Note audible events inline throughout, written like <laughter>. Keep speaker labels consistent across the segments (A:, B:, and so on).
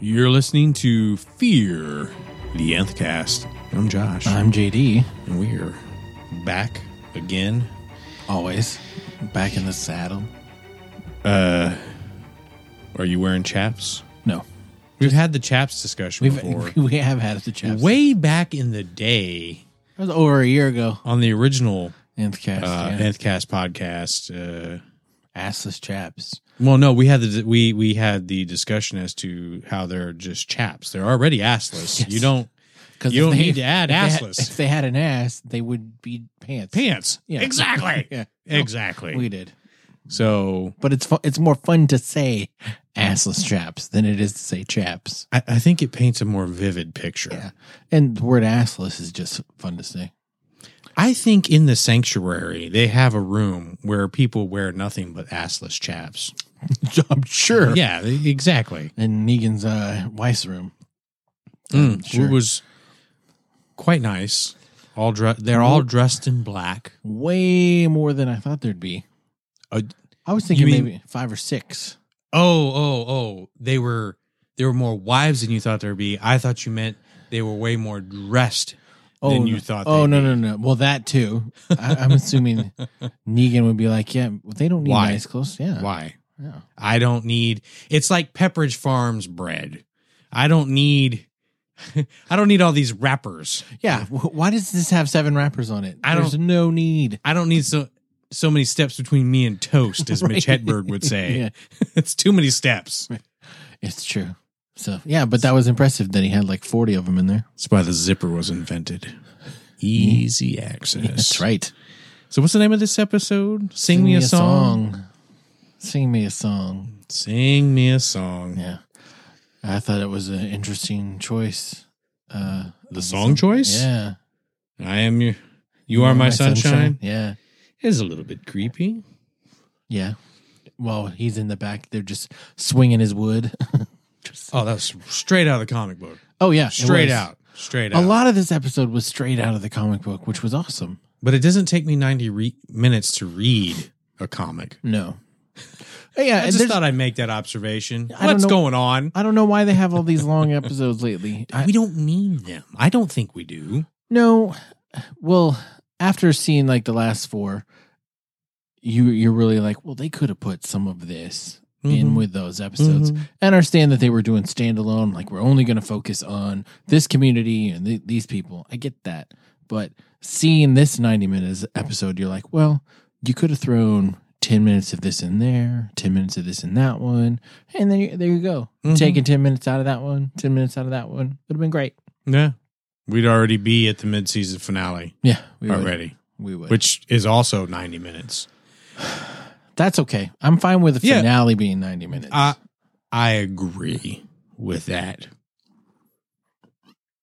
A: listening to Fear the Nth Cast. I'm Josh,
B: I'm JD.
A: and we are back again.
B: Always back in the saddle.
A: Are you wearing chaps?
B: No,
A: We've had the chaps discussion
B: we've
A: before.
B: <laughs> we have had the chaps.
A: Way back in the day,
B: it was over a year ago.
A: on the original
B: Nth cast,
A: uh,
B: yeah.
A: Nth Cast podcast, uh,
B: assless chaps.
A: well, no, we had the we we had the discussion as to how they're just chaps. They're already assless.
B: Yes.
A: You don't
B: Because
A: You don't need to add assless.
B: if they had an ass, they would be pants.
A: pants.
B: Yeah.
A: Exactly.
B: <laughs> Yeah,
A: Exactly.
B: we did.
A: so
B: But it's fu- it's more fun to say assless chaps than it is to say chaps.
A: I, I think it paints a more vivid picture.
B: Yeah. And the word assless is just fun
A: <laughs>
B: to say.
A: I think in the sanctuary they have a room where people wear nothing but assless chaps.
B: I'm sure.
A: Yeah, e- exactly.
B: In Negan's uh, wife's room.
A: Mm,
B: sure.
A: It was quite nice. All dre- they're all
B: Mm-hmm.
A: dressed in black.
B: way more than I thought there'd be.
A: Uh,
B: I was thinking
A: you mean-
B: maybe five or six.
A: Oh, oh, oh! They were they were more wives than you thought there'd be. I thought you meant they were way more dressed
B: Oh,
A: than you
B: no-
A: thought.
B: Oh
A: they'd
B: no
A: be.
B: no no! Well, that too. I,
A: <laughs>
B: I'm assuming Negan would be like, yeah, they don't need
A: Why?
B: nice clothes. Yeah,
A: Why?
B: yeah.
A: I don't need. It's like Pepperidge Farms bread. I don't need. <laughs> I don't need all these wrappers.
B: yeah. wh- Why does this have seven wrappers on it?
A: I don't-
B: There's no need.
A: I don't need so so many steps between me and toast,
B: <laughs>
A: as Mitch
B: Right.
A: Hedberg would say.
B: <laughs> Yeah,
A: <laughs> it's too many steps.
B: it's true. So yeah, but that was impressive that he had like forty of them in there.
A: That's why the zipper was invented. Easy
B: Mm.
A: access.
B: That's right.
A: So, what's the name of this episode? Sing, me, a, song.
B: Sing me a song.
A: Sing me a song.
B: Yeah, I thought it was an interesting choice. Uh,
A: The song choice.
B: Yeah,
A: I am your. You are my, sunshine.
B: Yeah.
A: Is a little bit creepy.
B: Yeah. Well, he's in the back. They're just swinging his wood. <laughs>
A: Oh, that's straight out of the comic book.
B: oh, yeah. it
A: Straight
B: was.
A: out. Straight
B: A
A: out.
B: lot of this episode was straight out of the comic book, which was awesome.
A: But it doesn't take me 90 re- minutes to read a comic.
B: No.
A: <laughs>
B: yeah.
A: I
B: and
A: just
B: there's-
A: thought I'd make that observation.
B: I don't
A: What's
B: know-
A: going on?
B: I don't know why they have all these long <laughs> episodes lately. I,
A: we don't need them. I don't think we do.
B: no. Well, after seeing like the last four, you you're really like, well, they could have put some of this in
A: Mhm.
B: with those episodes.
A: Mhm.
B: I understand that they were doing standalone, like we're only going to focus on this community and th- these people. I get that, but seeing this ninety minutes episode, you're like, well, you could have thrown ten minutes of this in there, ten minutes of this in that one, and then you, there you go,
A: Mhm.
B: taking ten minutes out of that one, ten minutes out of that one would have been great.
A: Yeah. We'd already be at the mid-season finale
B: Yeah, we would.
A: already,
B: We would.
A: which is also 90 minutes.
B: That's okay. I'm fine with the
A: Yeah. Uh,
B: finale being ninety minutes.
A: I I agree with that.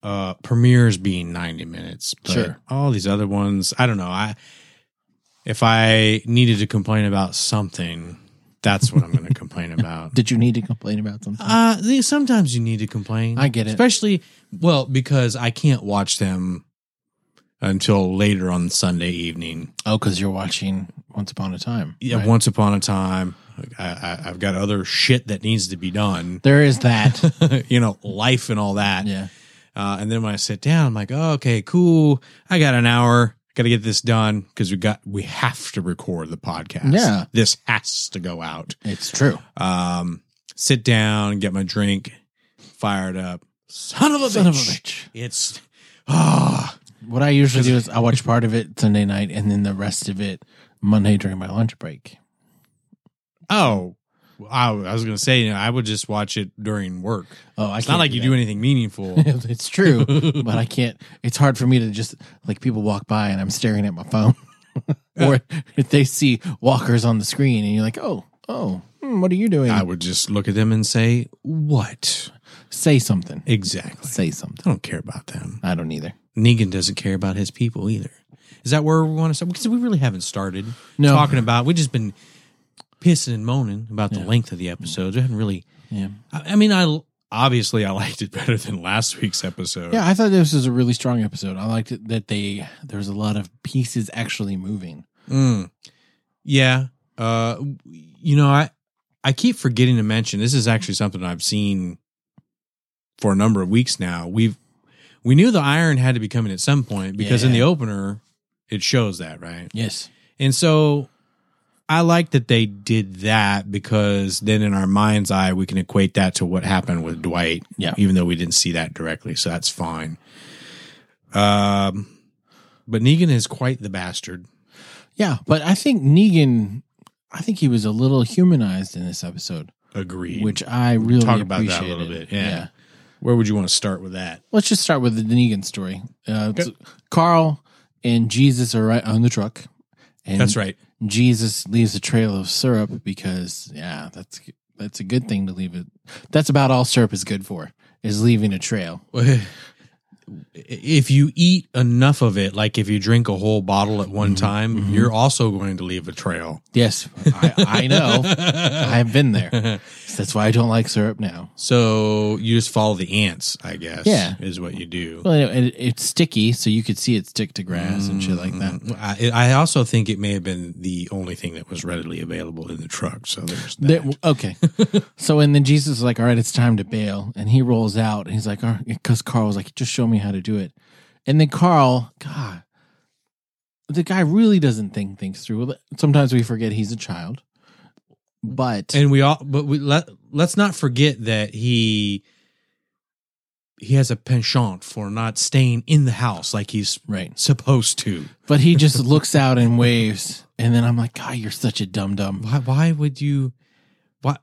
A: Uh premieres being 90 minutes, but
B: Sure.
A: all these other ones, I don't know. I if I needed to complain about something, that's what I'm going to complain about.
B: Did you need to complain about something?
A: Uh, they- sometimes you need to complain.
B: I get it.
A: Especially, well, because I can't watch them until later on Sunday evening.
B: oh, because you're watching Once Upon a Time.
A: Yeah,
B: right?
A: once upon a time, I, I, I've got other shit that needs to be done. <laughs>
B: there is that.
A: you know, life and all that.
B: yeah.
A: Uh, and then when I sit down, I'm like, oh, okay, cool. I got an hour. Got to get this done because we got we have to record the podcast.
B: Yeah.
A: this has to go out.
B: It's true.
A: um, sit down, get my drink, fired up. Son of a
B: Son
A: bitch.
B: of a bitch.
A: It's ah,
B: What I usually do is I watch part of it Sunday night and then the rest of it Monday during my lunch break.
A: oh. I, I was gonna say, you know, I would just watch it during work.
B: Oh, I
A: It's not like you do anything
B: <laughs>
A: meaningful.
B: it.
A: <laughs>
B: it's true, but I can't. It's hard for me to just like people walk by and I'm staring at my phone, <laughs> or if they see walkers on the screen and you're like, oh, oh, hmm, what are you doing?
A: I would just look at them and say, "What
B: Say something.
A: exactly?"
B: Say something.
A: I don't care about them.
B: I don't either.
A: Negan doesn't care about his people either. Is that where we want to start? Because we really haven't started
B: No.
A: talking about. We've just been pissing and moaning about the length of the episodes. We haven't really
B: Yeah.
A: I, I mean, I obviously I liked it better than last week's episode.
B: Yeah, I thought this was a really strong episode. I liked it that they there was a lot of pieces actually moving.
A: Mm. yeah. Uh, you know, I I keep forgetting to mention this is actually something I've seen for a number of weeks now. We've we knew the iron had to be coming at some point because in
B: Yeah.
A: the opener it shows that, right?
B: Yes.
A: And so I like that they did that because then in our mind's eye we can equate that to what happened with Dwight.
B: Yeah.
A: Even though we didn't see that directly, so that's fine. Um but Negan is quite the bastard.
B: Yeah, but I think Negan, I think he was a little humanized in this episode,
A: Agreed.
B: which I really
A: talk about that a
B: appreciated.
A: little bit, yeah. where would you want to start with that?
B: Let's just start with the Negan story. Uh, it's- Carl and Jesus are right on the truck. And
A: That's right. <laughs>
B: Jesus leaves a trail of syrup because yeah, that's that's a good thing to leave it. That's about all syrup is good for is leaving a trail.
A: if you eat enough of it, like if you drink a whole bottle at one time,
B: mhm.
A: you're also going to leave a <laughs> trail.
B: Yes, I,
A: <laughs>
B: I know. I've been there. That's why I don't like syrup now.
A: so you just follow the ants, I guess.
B: Yeah.
A: is what you do.
B: Well, anyway, it, it's sticky, so you could see it stick to grass and shit like
A: Mm,
B: that.
A: I, Mm-hmm. I also think it may have been the only thing that was readily available in the truck. So there's that.
B: There- okay. so and then Jesus is like, all right, it's time to bail. And he rolls out and he's like, because Carl was like, just show me how to do it. And then Carl, God, the guy really doesn't think things through. Sometimes we forget he's a child. But
A: and we all, but we let let's not forget that he he has a penchant for not staying in the house like he's
B: right.
A: supposed to.
B: But he just looks out and waves. And then I'm like, God, you're such a dum dum.
A: why why would you why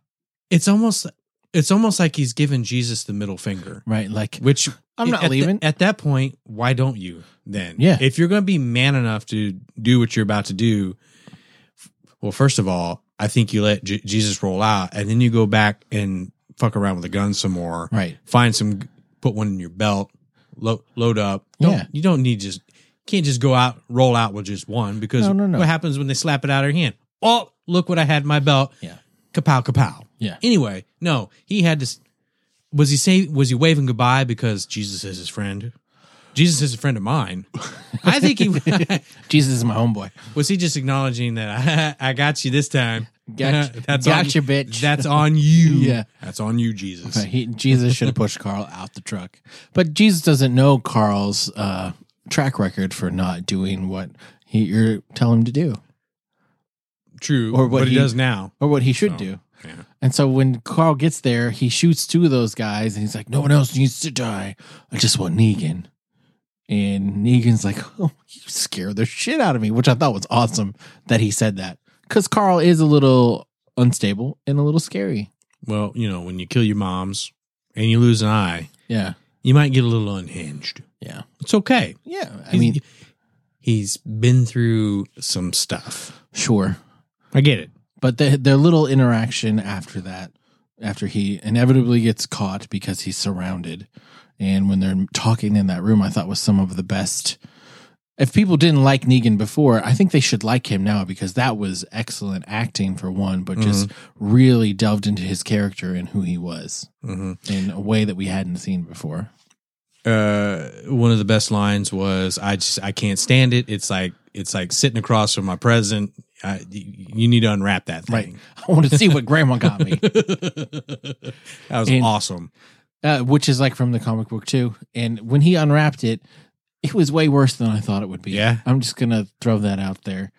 A: it's almost it's almost like he's given Jesus the middle finger
B: Right. Like
A: which
B: I'm not
A: at the-
B: leaving.
A: at that point why don't you then
B: Yeah.
A: if you're going to be man enough to do what you're about to do well first of all I think you let J- Jesus roll out and then you go back and fuck around with the gun some more
B: right.
A: find some put one in your belt lo- load up Don't-
B: Yeah.
A: you don't need just can't just go out roll out with just one because
B: No, no, no.
A: what happens when they slap it out of your hand oh look what i had in my belt
B: Yeah.
A: kapow kapow
B: Yeah.
A: anyway no he had to s- was he say was he waving goodbye because jesus is his friend jesus is a friend of
B: <laughs>
A: mine i think he <laughs>
B: Jesus is my homeboy.
A: was he just acknowledging that <laughs> i, I got you this time <laughs>
B: Got-
A: on-
B: gotcha, bitch.
A: that's on you
B: <laughs> Yeah.
A: that's on you jesus
B: Right, he, Jesus should have pushed Carl out the truck, but Jesus doesn't know Carl's uh, track record for not doing what he you're tell him to do
A: true
B: Or what
A: but he
B: he-
A: does now
B: or what he should
A: So,
B: do.
A: yeah.
B: And so when Carl gets there, he shoots two of those guys, and he's like, "No one else needs to die. I just want Negan." And Negan's like, "Oh, you scared the shit out of me," which I thought was awesome that he said that because Carl is a little unstable and a little scary.
A: Well, you know, when you kill your moms and you lose an eye,
B: Yeah,
A: you might get a little unhinged.
B: yeah,
A: It's okay.
B: yeah. I
A: He's-
B: mean,
A: he's been through some stuff.
B: sure.
A: I get it.
B: But the, their little interaction after that, after he inevitably gets caught because he's surrounded, and when they're talking in that room, I thought was some of the best. If people didn't like Negan before, I think they should like him now because that was excellent acting for one, but just really delved into his character and who he was
A: hmm
B: in a way that we hadn't seen before. <laughs>
A: Uh, one of the best lines was, "I just I can't stand it. It's like it's like sitting across from my present. I, y- you need to unwrap that
B: Right.
A: thing." <laughs>
B: I want to see what grandma got me.
A: that was
B: And-
A: awesome.
B: uh, which is like from the comic book too. And when he unwrapped it, it was way worse than I thought it would be.
A: Yeah.
B: I'm just gonna throw that out there.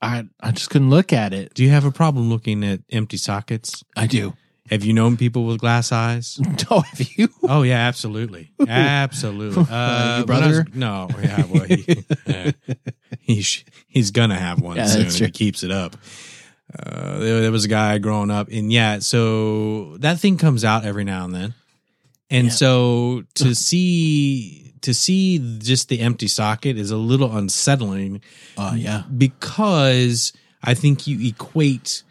B: I I just couldn't look at it.
A: Do you have a problem looking at empty sockets?
B: I do.
A: Have you known people with glass eyes?
B: <laughs> Oh, have you?
A: Oh yeah, absolutely, absolutely.
B: <laughs>
A: Uh,
B: Your
A: when I was-
B: brother?
A: no, yeah, well, he, <laughs> yeah. he's he's gonna have one
B: Yeah,
A: soon
B: that's
A: if
B: true.
A: he keeps it up. Uh, there, there was a guy growing up, and yeah, so that thing comes out every now and then, and
B: Yeah.
A: so to see to see just the empty socket is a little unsettling
B: Oh yeah.
A: because I think you equate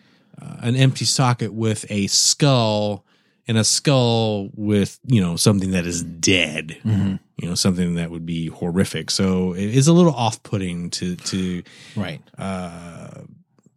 A: uh, an empty socket with a skull and a skull with, you know, something that is dead,
B: hmm
A: you know, something that would be horrific. So it is a little off putting to, to,
B: Right.
A: uh,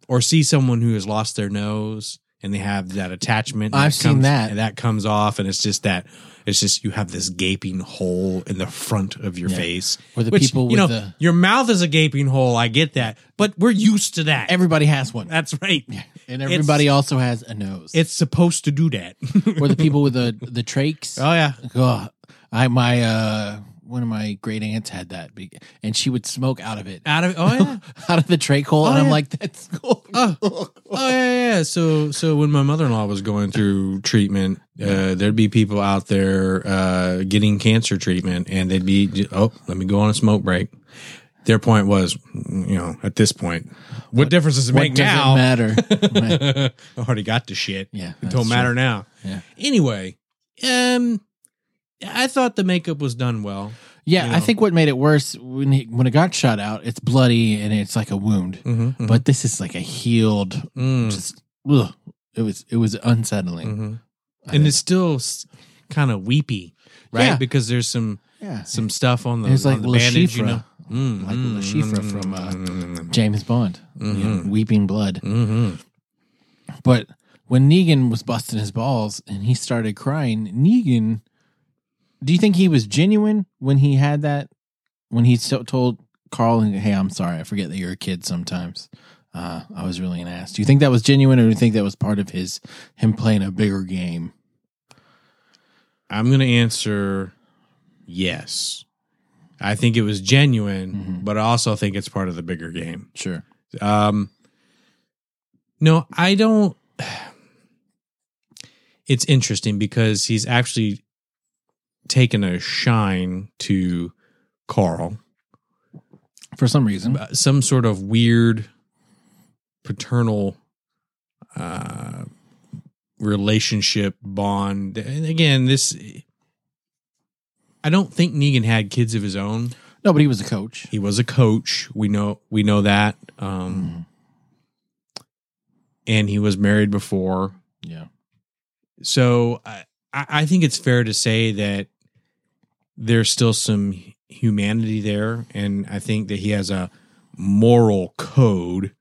A: or see someone who has lost their nose and they have that attachment. and
B: I've
A: it
B: seen
A: comes-
B: that.
A: And that comes off. And it's just that, it's just you have this gaping hole in the front of your
B: Yeah.
A: face.
B: Or the
A: Which,
B: people with
A: you know,
B: the
A: your mouth is a gaping hole. I get that, but we're used to that. Uh,
B: everybody has one.
A: That's right.
B: And everybody also has a nose.
A: It's supposed to do that. <laughs>
B: or the people with the the trachs.
A: oh yeah.
B: God, I my uh one of my great aunts had that, be- and she would smoke out of it,
A: Out of oh yeah.
B: <laughs> out of the trach hole,
A: Oh,
B: and I'm
A: yeah.
B: like, that's cool.
A: Oh. Oh yeah, yeah, yeah. So so when my mother in law was going through treatment, uh, there'd be people out there uh, getting cancer treatment, and they'd be oh, let me go on a smoke break. Their point was, you know, at this point, what, difference does it
B: What
A: make
B: does
A: now? <laughs>
B: it matter? Right.
A: I already got the shit.
B: Yeah,
A: it
B: that's
A: don't matter
B: true.
A: now.
B: Yeah.
A: Anyway, um, I thought the makeup was done well.
B: Yeah,
A: You
B: I
A: know.
B: think what made it worse when he, when it got shot out, it's bloody and it's like a wound,
A: Mm-hmm, Mm.
B: but this is like a healed, just ugh, it was it was unsettling.
A: Mm-hmm.
B: I
A: and
B: think.
A: it's still kind of weepy, right?
B: Yeah.
A: Because there's some
B: yeah,
A: some stuff on the,
B: it's like
A: on the
B: La
A: bandage, you
B: Chifra.
A: know. Mm,
B: Like
A: mm,
B: La Chifra
A: mm,
B: from, uh,
A: mm,
B: James Bond, you know,
A: Mhm.
B: weeping blood.
A: mm,
B: But when Negan was busting his balls and he started crying, Negan, do you think he was genuine when he had that? When he so- told Carl, "Hey, I'm sorry, I forget that you're a kid sometimes. Uh, I was really an ass." Do you think that was genuine, or do you think that was part of his him playing a bigger game?
A: I'm gonna answer yes. I think it was genuine,
B: Mhm.
A: but I also think it's part of the bigger game.
B: Sure.
A: Um, no, I don't. <sighs> It's interesting because he's actually taken a shine to Carl,
B: For some reason,
A: Uh, some sort of weird paternal uh, relationship bond. And again, this. I don't think Negan had kids of his own.
B: no, but he was a coach.
A: He was a coach. We know we know that. Um,
B: Mhm.
A: and he was married before.
B: Yeah,
A: So I, I I think it's fair to say that there's still some humanity there, and I think that he has a moral code,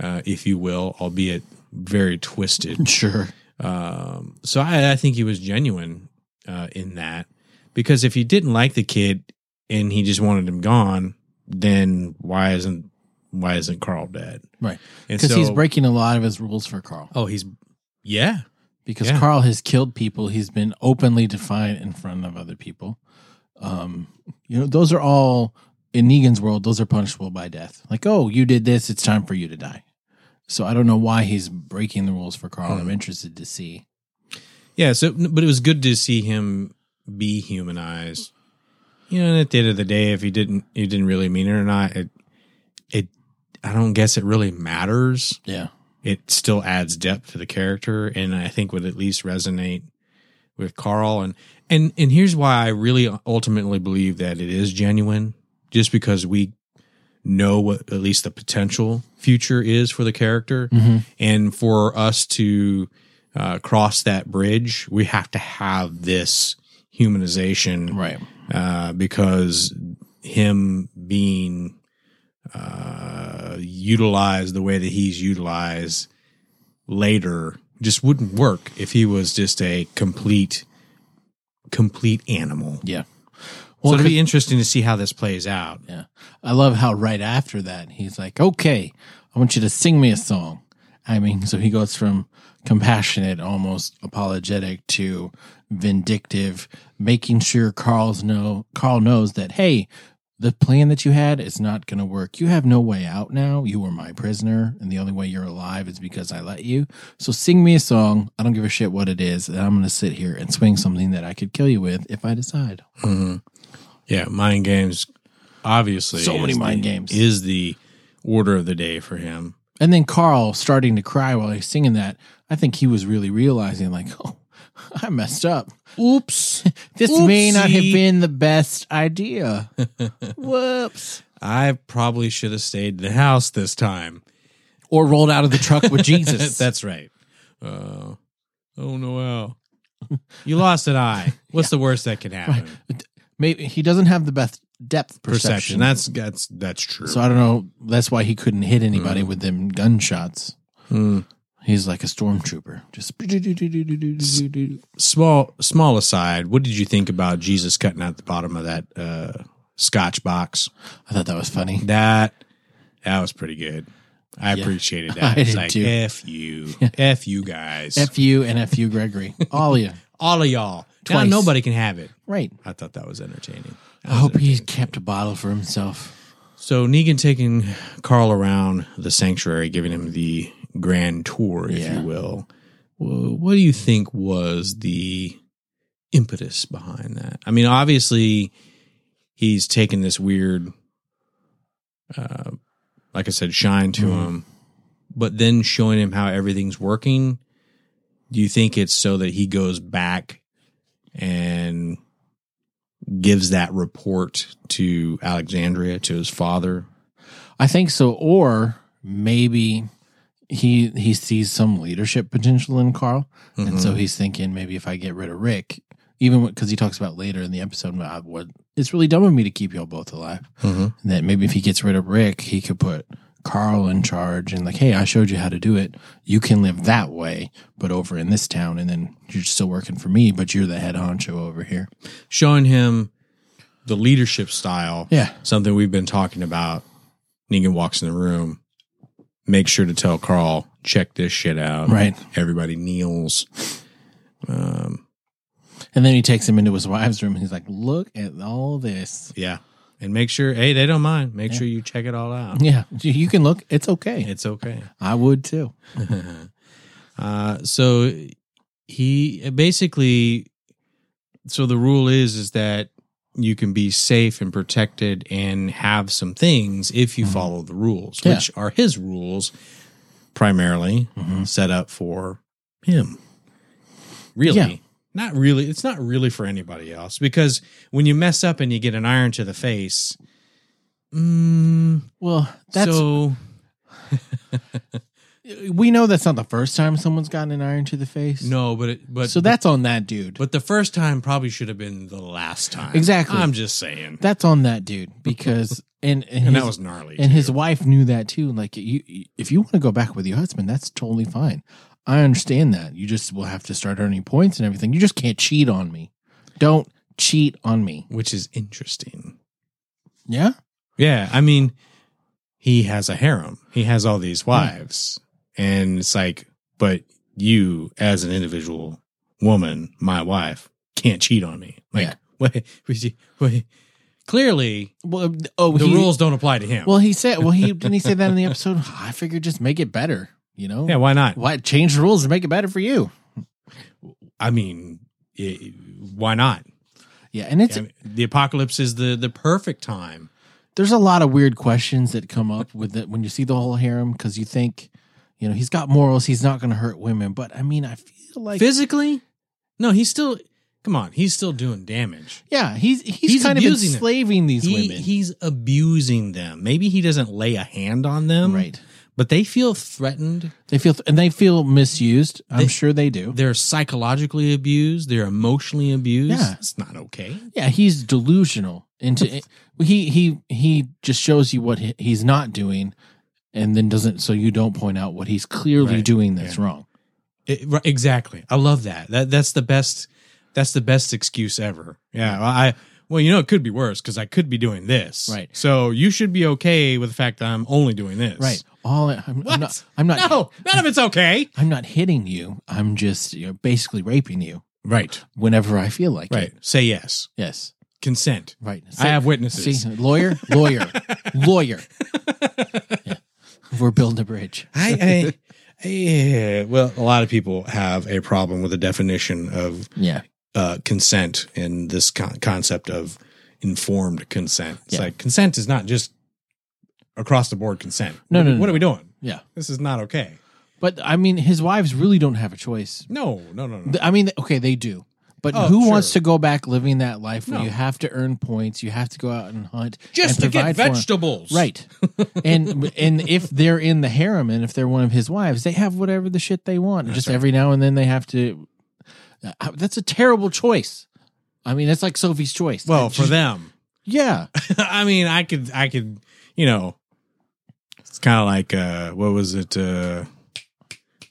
A: uh, if you will, albeit very twisted.
B: <laughs> sure.
A: Um, so I, I think he was genuine uh, in that because if he didn't like the kid and he just wanted him gone, then why isn't why isn't Carl dead?
B: Right.
A: And
B: Because
A: so
B: he's breaking a lot of his rules for Carl.
A: oh he's yeah
B: because
A: Yeah.
B: Carl has killed people. He's been openly defiant in front of other people. Um, you know, those are all in Negan's world. Those are punishable by death. Like, oh, you did this; it's time for you to die. So I don't know why he's breaking the rules for Carl.
A: Hmm.
B: I'm interested to see.
A: Yeah, so but it was good to see him be humanized. You know, and at the end of the day, if he didn't he didn't really mean it or not, it it I don't guess it really matters.
B: Yeah,
A: It still adds depth to the character and I think would at least resonate with Carl and and and here's why I really ultimately believe that it is genuine just because we know what at least the potential future is for the character
B: Mm-hmm.
A: and for us to uh, cross that bridge we have to have this humanization
B: right.
A: uh, because him being uh, utilized the way that he's utilized later just wouldn't work if he was just a complete complete animal
B: Yeah.
A: so
B: Well,
A: it'll be interesting to see how this plays out
B: Yeah. I love how right after that he's like, "Okay, I want you to sing me a song." I mean, so he goes from compassionate, almost apologetic to vindictive, making sure Carl's know Carl knows that hey, the plan that you had is not going to work. You have no way out now. You were my prisoner, and the only way you're alive is because I let you. So sing me a song. I don't give a shit what it is, and I'm going to sit here and swing something that I could kill you with if I decide.
A: yeah mind games obviously
B: So many
A: is
B: mind
A: the-
B: games.
A: is the order of the day for him
B: And then Carl starting to cry while he's singing that. I think he was really realizing, like, <laughs> oh, I messed up.
A: oops
B: This may not have
A: Oopsie.
B: been the best idea. <laughs> Whoops.
A: i probably should have stayed in the house this time <laughs>
B: Or rolled out of the truck <laughs> with Jesus.
A: That's right. Uh, oh no, Al. You lost an
B: <laughs>
A: eye. What's the worst that can happen?
B: Maybe he doesn't have the best depth
A: Perception.
B: perception.
A: That's that's that's true.
B: so I don't know. That's why he couldn't hit anybody with them gunshots. Hmm.
A: Mm.
B: He's like a stormtrooper. Just
A: Small small aside. What did you think about Jesus cutting out the bottom of that uh, Scotch box?
B: I thought that was funny.
A: That that was pretty good. I
B: Yeah. <laughs>
A: appreciated
B: I
A: that. It's
B: did
A: like
B: too.
A: f you,
B: <laughs>
A: f you guys,
B: F you and F you, Gregory. All of you.
A: all of y'all.
B: Twice.
A: Now nobody can have it.
B: <laughs> Right.
A: I thought that was entertaining. That
B: I
A: was
B: hope he
A: entertaining.
B: kept a bottle for himself.
A: So Negan taking Carl around the sanctuary, giving him the grand tour, if
B: Yeah.
A: you will. Wh- What do you think was the impetus behind that? I mean, obviously, he's taken this weird, uh, like I said, shine to
B: Mhm.
A: him, but then showing him how everything's working. Do you think it's so that he goes back and gives that report to Alexandria to his father.
B: I think so. Or maybe he he sees some leadership potential in Carl, and so
A: Mhm.
B: he's thinking maybe if I get rid of Rick, even because he talks about later in the episode, I would, it's really dumb of me to keep y'all both alive.
A: Mhm.
B: that maybe if he gets rid of Rick, he could put Carl in charge and like, hey, I showed you how to do it. You can live that way, but over in this town, and then you're still working for me, but you're the head honcho over here.
A: showing him the leadership style,
B: Yeah,
A: something we've been talking about. Negan walks in the room, makes sure to tell Carl, check this shit out.
B: right.
A: Everybody kneels. Um,
B: And then he takes him into his wife's room, and he's like, look at all this.
A: yeah. And make sure, hey, they don't mind. Make
B: Yeah.
A: sure you check it all out.
B: Yeah, you- you can look. It's okay.
A: It's okay.
B: I would too.
A: <laughs> uh, so he basically, so the rule is is that you can be safe and protected and have some things if you
B: Mhm.
A: follow the rules,
B: Yeah.
A: which are his rules primarily
B: Mhm.
A: set up for him. Really.
B: Yeah.
A: Not really. It's not really for anybody else because when you mess up and you get an iron to the face, mm,
B: Well, that's
A: so
B: we know that's not the first time someone's gotten an iron to the face.
A: no. But it, but
B: so
A: but-
B: that's on that dude.
A: But the first time probably should have been the last time.
B: Exactly.
A: I'm just saying.
B: that's on that dude because
A: <laughs>
B: and and,
A: and
B: his-
A: that was gnarly.
B: and
A: too.
B: his wife knew that too. Like, you, you- if you want to go back with your husband, that's totally fine. I understand that. You just will have to start earning points and everything. You just can't cheat on me. Don't cheat on me.
A: which is interesting.
B: Yeah.
A: Yeah, I mean, he has a harem. He has all these wives, and it's like, but you as an individual woman, my wife, can't cheat on me. Like,
B: Yeah.
A: <laughs> what, what- what- clearly
B: Well, oh,
A: the
B: he,
A: rules don't apply to him.
B: Well, he said. Well, he didn't he say that in the episode. <laughs> I figured just make it better. You know.
A: yeah, why not?
B: Why change the rules to make it better for you?
A: I mean, i why not?
B: Yeah, and it's
A: I mean, the apocalypse is the the perfect time.
B: there's a lot of weird questions that come up with it when you see the whole harem because you think, you know, he's got morals. He's not going to hurt women, but I mean, I feel like
A: physically no he's still come on he's still doing damage
B: Yeah, he's he's,
A: He's
B: kind of
A: abusing them.
B: enslaving these
A: he,
B: women.
A: he's abusing them maybe he doesn't lay a hand on them
B: right.
A: but they feel threatened
B: They feel and they feel misused. I'm
A: They-
B: sure they do.
A: they're psychologically abused they're emotionally abused
B: Yeah.
A: it's not okay
B: Yeah, he's delusional <laughs> into he he he just shows you what he, he's not doing and then doesn't so you don't point out what he's clearly
A: Right.
B: doing that's wrong.
A: It- right, exactly i love that. that that's the best that's the best excuse ever yeah well, i well you know it could be worse because i could be doing this
B: Right.
A: so you should be okay with the fact that i'm only doing this
B: Right. All I- I'm,
A: What?
B: I'm not I'm not
A: no none of it's okay
B: I'm not hitting you. I'm just you know, basically raping you
A: right
B: whenever I feel like
A: right
B: it.
A: say yes
B: Yes.
A: consent
B: Right.
A: I have
B: See,
A: witnesses.
B: lawyer,
A: <laughs>
B: lawyer, lawyer. Yeah. We're building a bridge.
A: I, I, yeah, well, a lot of people have a problem with the definition of
B: Yeah.
A: uh, consent and this con- concept of informed consent. It's
B: Yeah.
A: like consent is not just across the board consent.
B: No,
A: what,
B: no, no,
A: What are we doing?
B: Yeah.
A: This is not okay.
B: But I mean, his wives really don't have a choice.
A: No, no, no, no.
B: Th- I mean, okay, they do. But
A: Oh,
B: who
A: sure.
B: wants to go back living that life where
A: No.
B: you have to earn points, you have to go out and hunt,
A: just to
B: and
A: get
B: provide for 'em?
A: vegetables.
B: right? and and if they're in the harem and if they're one of his wives, they have whatever the shit they want. Just every now and then they have to. Uh, That's a terrible choice. I mean, that's like Sophie's choice.
A: Well,
B: I
A: for
B: just-
A: them. <laughs>
B: yeah,
A: I mean, I could, I could, you know, it's kind of like, uh, what was it? Uh,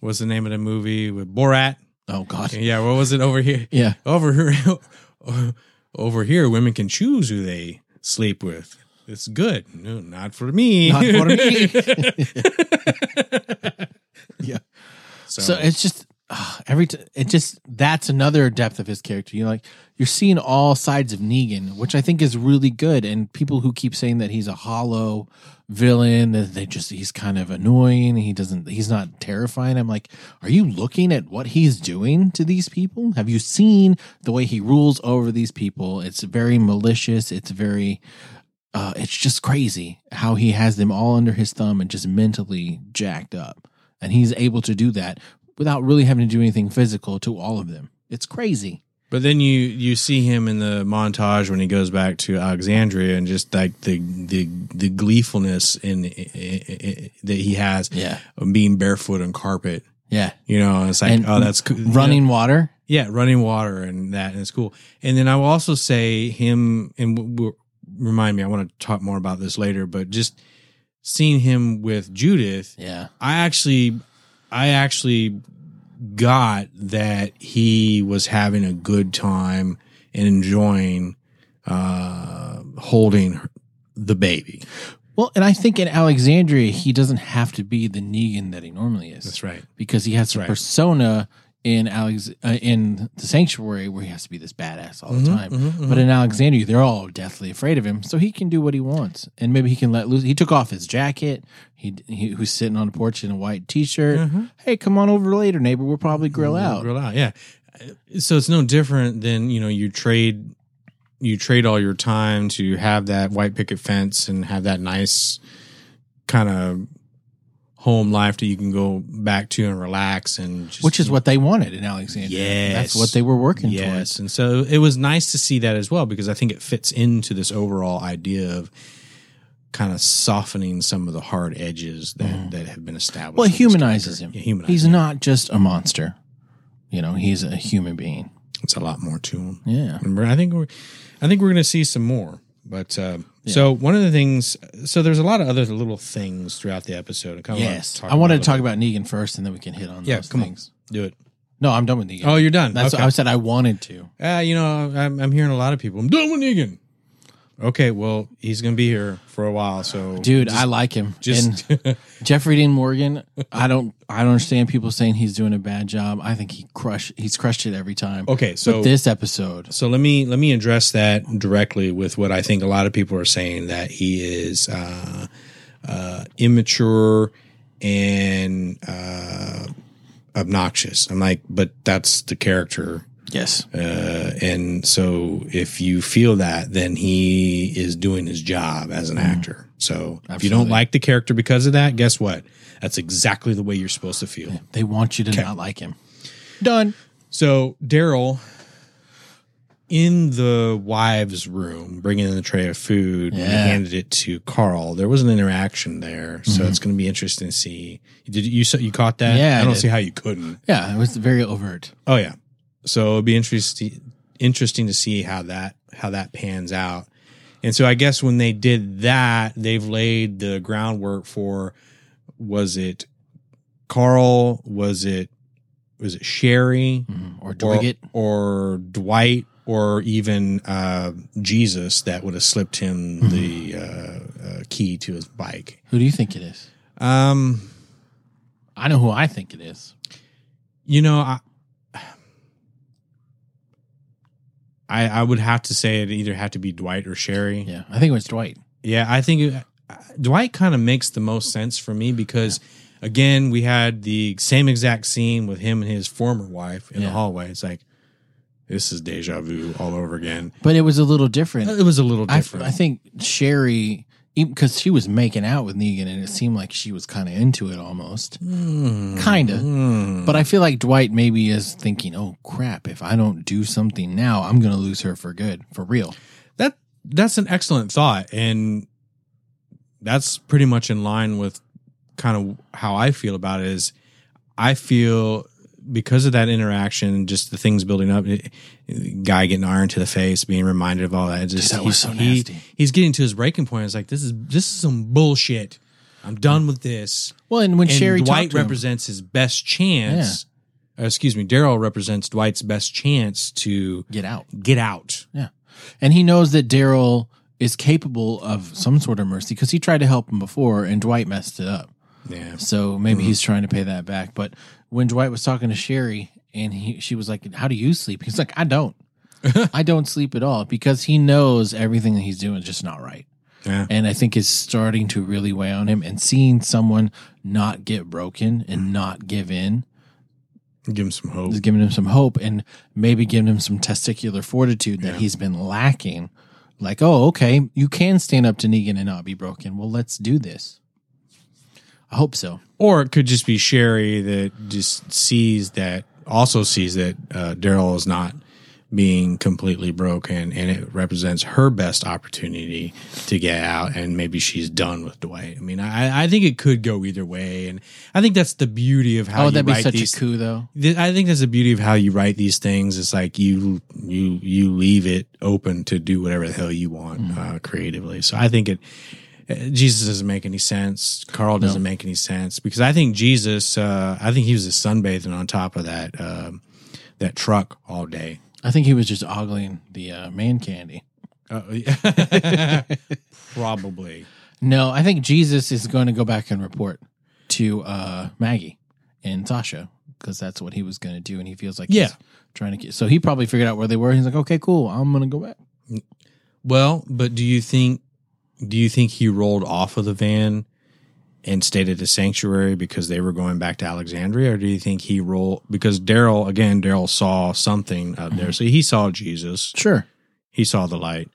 A: what's the name of the movie with Borat?
B: Oh
A: <laughs>
B: God.
A: Yeah, what was it over here? <laughs>
B: Yeah.
A: Over here, over here, women can choose who they sleep with. It's good. No, not for me. <laughs>
B: Not for me.
A: yeah.
B: Yeah.
A: So,
B: So it's just ah, every t- it just that's another depth of his character. You're like you're seeing all sides of Negan, which I think is really good. And people who keep saying that he's a hollow villain, that they just he's kind of annoying. He doesn't he's not terrifying. I'm like, are you looking at what he's doing to these people? Have you seen the way he rules over these people? It's very malicious. It's very uh, it's just crazy how he has them all under his thumb and just mentally jacked up. And he's able to do that without really having to do anything physical to all of them. It's crazy.
A: but then you you see him in the montage when he goes back to Alexandria and just like the the the gleefulness in, that he has
B: Yeah.
A: of being barefoot on carpet.
B: Yeah.
A: You know, and it's like
B: And
A: oh that's cool.
B: Running water.
A: Yeah, running water and that, and it's cool. And then I will also say him, and w- w- remind me, I want to talk more about this later, but just seeing him with Judith,
B: Yeah.
A: I actually, I actually got that he was having a good time and enjoying uh, holding her- the baby.
B: Well, and I think in Alexandria, he doesn't have to be the Negan that he normally is.
A: right.
B: because he has a
A: Right.
B: persona in Alex uh, in the sanctuary where he has to be this badass all the
A: Mm-hmm.
B: time. But in Alexandria, they're all deathly afraid of him, so he can do what he wants, and maybe he can let loose. He took off his jacket. He, he who's sitting on a porch in a white t-shirt.
A: Mm-hmm.
B: Hey, come on over later, neighbor. We'll probably grill out.
A: Mm, Grill out, yeah. So it's no different than you know you trade you trade all your time to have that white picket fence and have that nice kind of home life that you can go back to and relax and just,
B: Which is what they wanted in Alexandria.
A: Yes.
B: That's what they were working towards.
A: yes. And so it was nice to see that as well because I think it fits into this overall idea of kind of softening some of the hard edges that that have been established.
B: Mm. Well, it
A: with this
B: humanizes him.
A: character. Yeah, humanizes.
B: He's
A: him.
B: not just a monster. You know, he's a human being.
A: It's a lot more to him.
B: Yeah.
A: And we're- I think we're, I think we're going to see some more. But uh, so one of the things, so there's a lot of other little things throughout the episode. I kinda wanna
B: Yes.
A: talk
B: I wanted to
A: about
B: talk about Negan first, and then we can hit on
A: Yeah,
B: those
A: come on.
B: things.
A: it. Do it.
B: No, I'm done with Negan.
A: Oh, you're done.
B: That's
A: okay.
B: what I said I wanted to.
A: Ah, you know, I'm, I'm hearing a lot of people. I'm done with Negan. Okay, well, he's going to be here for a while. So,
B: Dude, I like him.
A: just
B: and Jeffrey Dean Morgan, I don't I don't understand people saying he's doing a bad job. I think he crush he's crushed it every time.
A: <laughs> okay. So
B: But this episode.
A: So let me let me address that directly with what I think a lot of people are saying that he is uh, uh, immature and uh, obnoxious. I'm like, but that's the character,
B: Yes.
A: uh, and so if you feel that, then he is doing his job as an actor. So if you don't
B: Absolutely.
A: like the character because of that, guess what? That's exactly the way you're supposed to feel.
B: They want you to not like him. Done.
A: So Daryl in the wives' room, bringing in the tray of food, and he
B: Yeah. Mm-hmm.
A: handed it to Carl. There was an interaction there, so it's going to be interesting to see. Did you you caught that?
B: Yeah, I
A: I don't
B: did.
A: see how you couldn't.
B: Yeah, it was very overt.
A: Oh yeah. So it'll be interesting interesting to see how that how that pans out. And so I guess when they did that, they've laid the groundwork for was it Carl? Was it was it Sherry?
B: Mhm. Or
A: or,
B: Dwiggett.
A: or Dwight or even uh, Jesus that would have slipped him the uh, uh, key to his bike.
B: Who do you think it is?
A: Um,
B: I know who I think it is.
A: you know, I, I I would have to say it either had to be Dwight or Sherry. Yeah,
B: Yeah. I think it was Dwight.
A: I think it, Dwight kind of makes the most sense for me because. Again, we had the same exact scene with him and his former wife in
B: Yeah.
A: the hallway. It's like this is deja vu all over again.
B: But it was a little different.
A: It was a little
B: I,
A: different.
B: I think Sherry, because she was making out with Negan, and it seemed like she was kind of into it almost, kinda. But I feel like Dwight maybe is thinking, "Oh crap! If I don't do something now, I'm gonna lose her for good, for real."
A: That that's an excellent thought, and that's pretty much in line with kind of how I feel about it. Is I feel because of that interaction, just the things building up, it, guy getting iron to the face, being reminded of all that. Just
B: that was
A: he-
B: so
A: he-
B: nasty.
A: he's getting to his breaking point. It's like this is this is some bullshit. I'm done with this.
B: Well, and when
A: And
B: Sherry
A: Dwight
B: talked to him-
A: represents his best chance. uh, excuse me, Daryl represents Dwight's best chance to
B: get out,
A: get out.
B: yeah, and he knows that Daryl is capable of some sort of mercy because he tried to help him before and Dwight messed it up.
A: Yeah.
B: So maybe
A: Mm-hmm.
B: he's trying to pay that back. But when Dwight was talking to Sherry and he, she was like, How do you sleep? He's like,
A: <laughs>
B: I don't. I don't sleep at all because he knows everything that he's doing is just not right.
A: Yeah.
B: And I think it's starting to really weigh on him and seeing someone not get broken and
A: Mm-hmm.
B: not give in
A: Give him some hope.
B: is giving him some hope and maybe giving him some testicular fortitude that
A: Yeah.
B: he's been lacking. Like, oh, okay, you can stand up to Negan and not be broken. Well, let's do this. I hope so.
A: Or it could just be Sherry that just sees that, also sees that uh, Daryl is not being completely broken and it represents her best opportunity to get out and maybe she's done with Dwight. I mean, I, I think it could go either way. And I think that's the beauty of how
B: oh,
A: you
B: that'd be
A: write
B: such
A: these
B: a coup, though.
A: Th- I think that's the beauty of how you write these things. It's like you you you leave it open to do whatever the hell you want uh, creatively. So I think it uh, Jesus doesn't make any sense. Carl doesn't make any sense because I think Jesus. Uh, I think he was just sunbathing on top of that um, that truck all day.
B: I think he was just ogling the uh, man candy.
A: Uh, <laughs> probably.
B: No, I think Jesus is going to go back and report to uh, Maggie and Sasha because that's what he was going to do, and he feels like
A: Yeah.
B: he's trying to get. So he probably figured out where they were. and He's like, okay, cool, I'm going to go back.
A: Well, but do you think do you think he rolled off of the van and stayed at the sanctuary because they were going back to Alexandria, or do you think he rolled because Daryl again Daryl saw something up
B: Mm-hmm.
A: there, so he saw Jesus,
B: Sure.
A: he saw the light,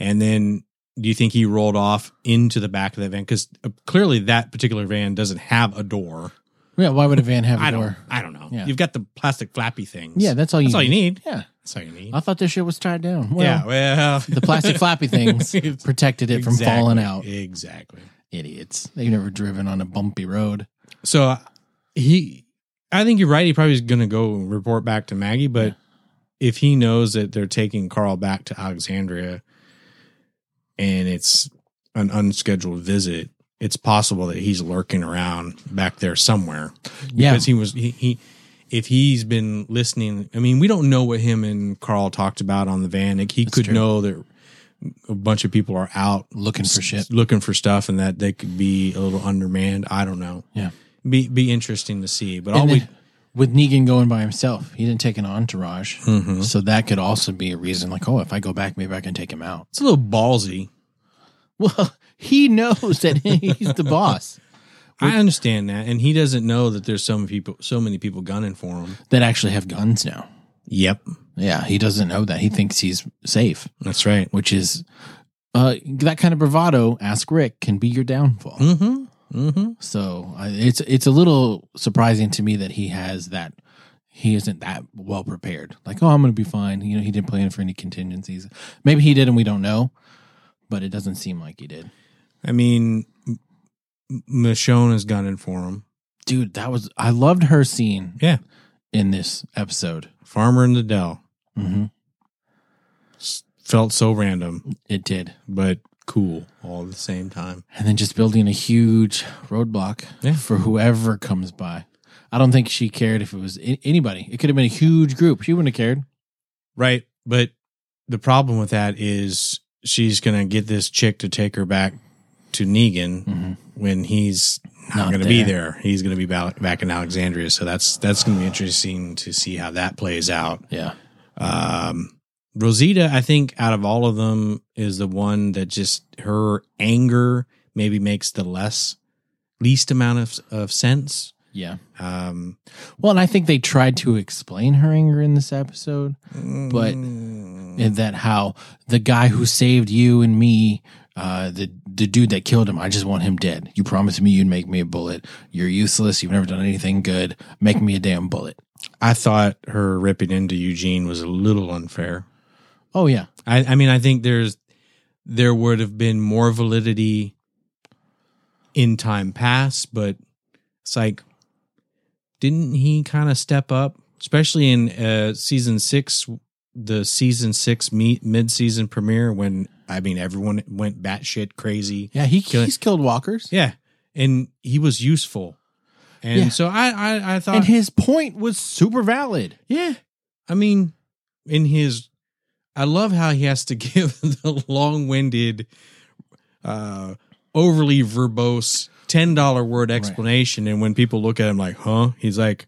A: and then do you think he rolled off into the back of that van because clearly that particular van doesn't have a door?
B: Yeah. Why would a van have a
A: I
B: door?
A: don't, I don't know.
B: Yeah.
A: You've got the plastic flappy things.
B: Yeah, that's all you.
A: that's all you need.
B: Yeah,
A: That's all you need.
B: I thought this shit was tied down. Well,
A: yeah, well,
B: the
A: <laughs>
B: plastic flappy things
A: It's-
B: protected it from
A: Exactly,
B: falling out.
A: exactly.
B: Idiots. They've never driven on a bumpy road.
A: So uh, he, I think you're right. He probably is going to go and report back to Maggie, but if he knows that they're taking Carl back to Alexandria and it's an unscheduled visit, it's possible that he's lurking around back there somewhere
B: Yeah,
A: because he was he. he if he's been listening, I mean, we don't know what him and Carl talked about on the van. Like he could
B: true.
A: know that a bunch of people are out
B: looking for shit.
A: s- looking for stuff and that they could be a little undermanned. I don't know.
B: Yeah.
A: Be be interesting to see. But all
B: And
A: we
B: then with Negan going by himself, he didn't take an entourage, so that could also be a reason. Like, oh, if I go back, maybe I can take him out. <laughs>
A: it's a little ballsy.
B: Well, he knows that he's the boss.
A: I understand that. And he doesn't know that there's some people so many people gunning for him.
B: <laughs> That actually have guns now.
A: Yep.
B: Yeah, he doesn't know that. He thinks he's safe,
A: That's right.
B: which is uh, that kind of bravado. Ask Rick can be your downfall.
A: Mm-hmm. Mm-hmm.
B: So I, it's it's a little surprising to me that he has that he isn't that well prepared. Like, oh, I'm going to be fine. You know, he didn't plan for any contingencies. Maybe he did, and we don't know. But it doesn't seem like he did,
A: I mean M- M- Michonne is gunning for him.
B: dude. That was I loved her scene.
A: Yeah.
B: in this episode,
A: Farmer in the Dell.
B: hmm
A: S- Felt so random,
B: it did,
A: but cool all at the same time.
B: and then just building a huge roadblock
A: Yeah.
B: for whoever comes by. I don't think she cared if it was a- anybody. It could have been a huge group. She wouldn't have cared.
A: Right. But the problem with that is she's going to get this chick to take her back to Negan
B: Mhm.
A: when he's not,
B: Not
A: going to be there. He's going to be ba- back in Alexandria. So that's that's going to be interesting to see how that plays out.
B: Yeah,
A: Um, Rosita, I think, out of all of them, is the one that just her anger maybe makes the less least amount of of sense.
B: yeah.
A: Um,
B: Well, and I think they tried to explain her anger in this episode, But-
A: Mm.
B: and that how the guy who saved you and me, uh, the the dude that killed him, I just want him dead. You promised me you'd make me a bullet. You're useless. You've never done anything good. Make me a damn bullet.
A: I thought her ripping into Eugene was a little unfair.
B: Oh yeah,
A: I, I mean, I think there's there would have been more validity in time past, but it's like, didn't he kind of step up, especially in uh, season six, the season six mid season premiere when I mean everyone went batshit crazy.
B: yeah. He
A: Kill it.
B: he's killed walkers,
A: Yeah, and he was useful, and
B: Yeah.
A: so I I, I thought
B: and his point was super valid.
A: yeah. I mean, in his I love how he has to <laughs> give the long-winded, uh, overly verbose ten dollar word explanation, and when people look at him like, "Huh," he's like,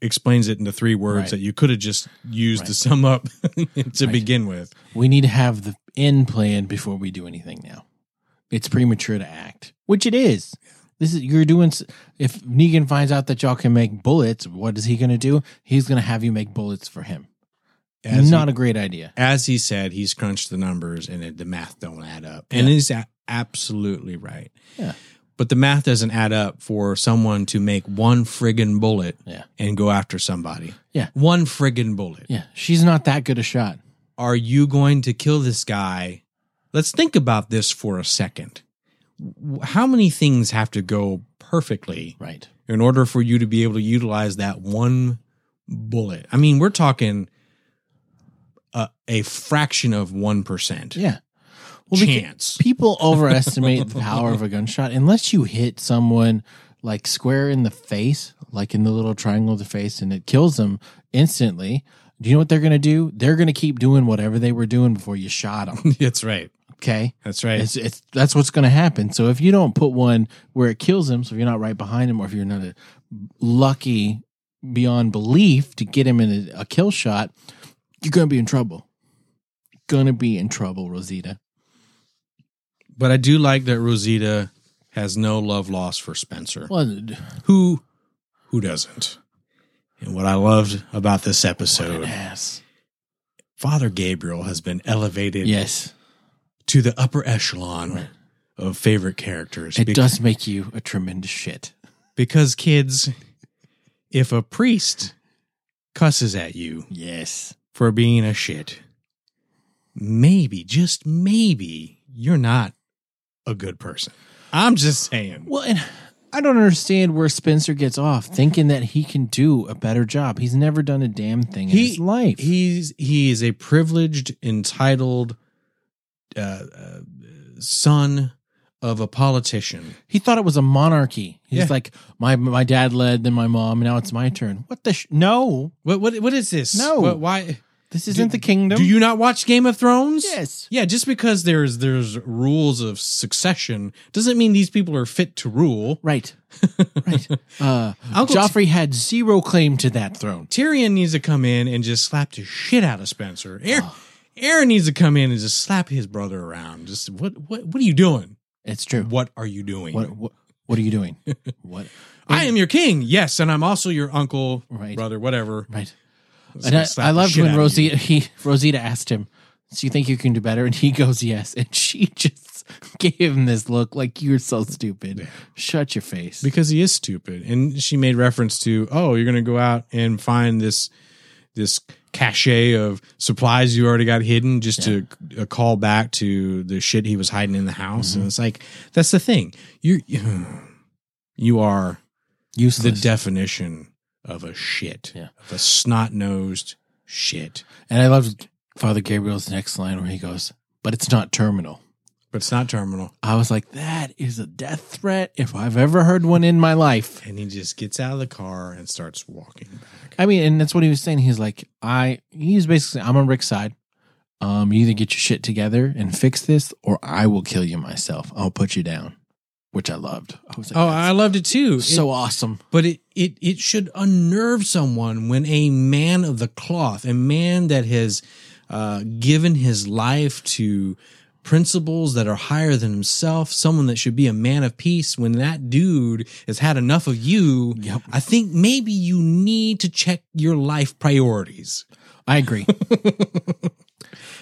A: explains it into three words
B: Right.
A: that you could have just used to
B: Right.
A: sum up <laughs> to
B: Right.
A: begin with.
B: We need to have the end plan before we do anything now. It's premature to act, which it is. This is you're doing. s- If Negan finds out that y'all can make bullets, what is he going to do? He's going to have you make bullets for him.
A: As
B: Not
A: he,
B: a great idea.
A: as he said, he's crunched the numbers, and it, the math don't add up, and
B: Yeah.
A: he's a- absolutely right.
B: Yeah.
A: But the math doesn't add up for someone to make one friggin' bullet
B: Yeah.
A: and go after somebody.
B: Yeah.
A: One friggin' bullet.
B: Yeah, she's not that good a shot.
A: Are you going to kill this guy? Let's think about this for a second. W- How many things have to go perfectly
B: Right.
A: in order for you to be able to utilize that one bullet? I mean, we're talking a, a fraction of 1%
B: Yeah. Well, because
A: chance. <laughs>
B: people overestimate the power of a gunshot unless you hit someone like square in the face, like in the little triangle of the face, and it kills them instantly. Do you know what they're going to do? They're going to keep doing whatever they were doing before you shot them.
A: that's right.
B: Okay.
A: That's right.
B: It's, it's that's what's going to happen. So if you don't put one where it kills him, so if you're not right behind him, or if you're not a, lucky beyond belief to get him in a, a kill shot, you're going to be in trouble. Going to be in trouble, Rosita.
A: but I do like that Rosita has no love lost for Spencer.
B: Well,
A: who who doesn't and what i loved about this episode
B: ass.
A: father gabriel has been elevated
B: Yes,
A: to the upper echelon
B: Right.
A: of favorite characters
B: it
A: Bec-
B: does make you a tremendous shit.
A: because kids if a priest cusses at you
B: Yes,
A: for being a shit maybe just maybe you're not a good person i'm just saying
B: Well, and I don't understand where Spencer gets off thinking that he can do a better job. He's never done a damn thing in
A: He-
B: his life.
A: he's he is a privileged entitled uh, uh, son of a politician
B: He thought it was a monarchy. He's
A: Yeah.
B: like, my my dad led, then my mom, now it's my turn. What the? Sh- no,
A: what what what is this
B: No.
A: What- why
B: this isn't the kingdom.
A: do you not watch game of thrones
B: Yes.
A: yeah just because there's there's rules of succession doesn't mean these people are fit to rule <laughs>
B: Right. Right. Uh,
A: Uncle
B: Joffrey had zero claim to that throne.
A: tyrion needs to come in and just slap the shit out of spencer aaron,
B: Ah.
A: aaron needs to come in and just slap his brother around just what what what are you doing
B: It's true.
A: what are you doing
B: What what, what are
A: <laughs>
B: you doing? what?
A: I am your king. Yes, and I'm also your uncle,
B: Right.
A: brother, whatever.
B: Right.
A: So
B: And I,
A: slap
B: I
A: the
B: loved
A: shit out
B: when
A: of
B: Rosita
A: you.
B: he Rosita asked him, "Do you think you can do better?" And he <laughs> goes, "Yes." And she just <laughs> gave him this look like you're so stupid. Shut your face.
A: because he is stupid, and she made reference to, oh, you're gonna go out and find this this cache of supplies you already got hidden, just to uh, call back to the shit he was hiding in the house,
B: Mm-hmm.
A: and it's like that's the thing. You you are the
B: Useless.
A: definition of a shit,
B: Yeah.
A: of a snot nosed shit,
B: and I loved Father Gabriel's next line where he goes, "But it's not terminal."
A: but it's not terminal.
B: I was like, "That is a death threat if I've ever heard one in my life."
A: And he just gets out of the car and starts walking back.
B: I mean, and that's what he was saying. He's like, I he's basically I'm on Rick's side. Um, you either get your shit together and fix this, or I will kill you myself. I'll put you down. Which I loved. I was like,
A: Oh,
B: that's
A: I loved it too.
B: so awesome.
A: but it, it it should unnerve someone when a man of the cloth, a man that has uh, given his life to principles that are higher than himself, someone that should be a man of peace, when that dude has had enough of you,
B: Yep.
A: I think maybe you need to check your life priorities.
B: I agree.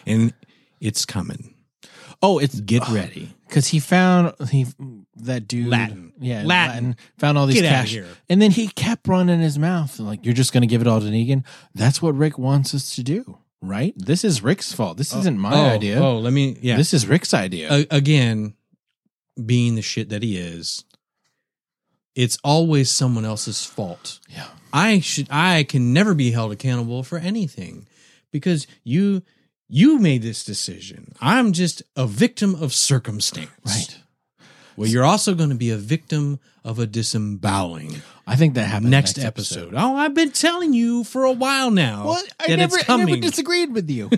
A: And it's coming.
B: oh, it's
A: Get ready.
B: because he found he that dude
A: Latin.
B: yeah
A: Latin.
B: found all these
A: Get outta
B: cash
A: here.
B: and then he kept running his mouth and like you're just gonna give it all to Negan. That's what Rick wants us to do, right? This is Rick's fault. This isn't my
A: oh,
B: idea.
A: Oh, let me yeah. Oh,
B: This is Rick's idea.
A: a- again, being the shit that he is, it's always someone else's fault.
B: yeah.
A: I should I can never be held accountable for anything because you you made this decision. I'm just a victim of circumstance.
B: Right.
A: Well, you're also going to be a victim of a disemboweling
B: I think that happened
A: next, episode. Oh, I've been telling you for a while now
B: Well, I
A: that
B: never,
A: it's
B: I
A: coming.
B: never disagreed
A: <laughs>
B: with you.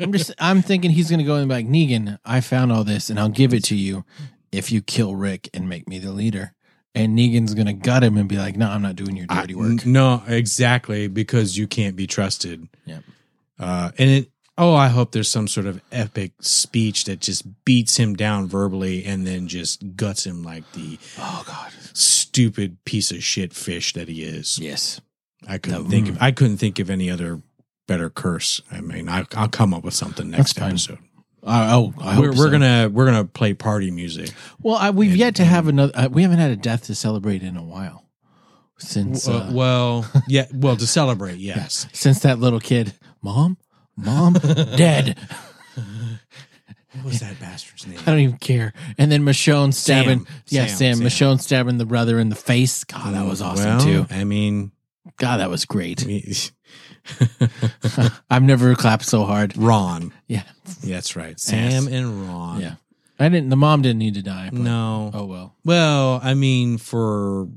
B: I'm just, I'm thinking he's gonna go in like Negan. I found all this, and I'll give it to you if you kill Rick and make me the leader. And Negan's gonna gut him and be like, "No, I'm not doing your dirty
A: I-
B: work."
A: n- No, exactly, because you can't be trusted.
B: Yep.
A: Uh, and it, oh, I hope there's some sort of epic speech that just beats him down verbally and then just guts him like the
B: Oh God.
A: stupid piece of shit fish that he is.
B: Yes.
A: I couldn't
B: No. Mm.
A: think of I couldn't think of any other better curse. I mean, I, I'll come up with something
B: That's
A: next
B: fine.
A: episode.
B: Oh, oh I
A: We're,
B: hope
A: we're
B: so.
A: gonna we're gonna play party music.
B: Well, I, we've
A: And-
B: yet to have another. Uh, we haven't had a death to celebrate in a while since
A: Uh,
B: uh, <laughs>
A: well, yeah, well to celebrate, yes.
B: since that little kid. Mom,
A: <laughs>
B: mom, dead.
A: What was that bastard's
B: I
A: name?
B: don't even care. And then Michonne stabbing,
A: Sam.
B: yeah,
A: Sam,
B: Sam,
A: Sam.
B: Michonne stabbing the brother in the face. God, Oh, that was awesome
A: Well,
B: too.
A: I mean,
B: God, that was great.
A: we-
B: I've never clapped so hard.
A: Ron.
B: Yeah,
A: Yeah, that's right. Sam and Ron.
B: yeah. I didn't. The mom didn't need to die. but-
A: No.
B: Oh well.
A: Well, I mean, for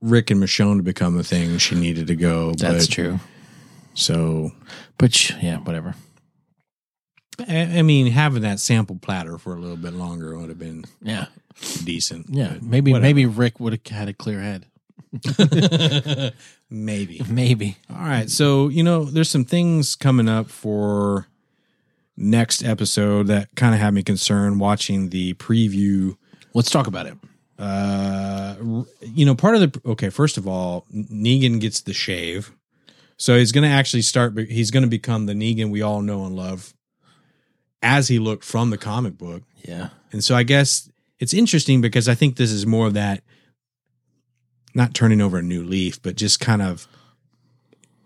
A: Rick and Michonne to become a thing, she needed to go.
B: That's
A: but,
B: true.
A: So,
B: But sh- yeah, whatever.
A: I, I mean, having that sample platter for a little bit longer would have been
B: Yeah,
A: decent.
B: yeah.
A: but
B: Maybe
A: whatever.
B: maybe Rick would have had a clear head.
A: <laughs> maybe.
B: Maybe.
A: All right. So, you know, there's some things coming up for next episode that kind of had me concerned watching the preview
B: Let's talk about it.
A: uh, you know, part of the okay. First of all, Negan gets the shave, so he's going to actually start. He's going to become the Negan we all know and love, as he looked from the comic book.
B: Yeah.
A: And so I guess it's interesting because I think this is more of that, not turning over a new leaf, but just kind of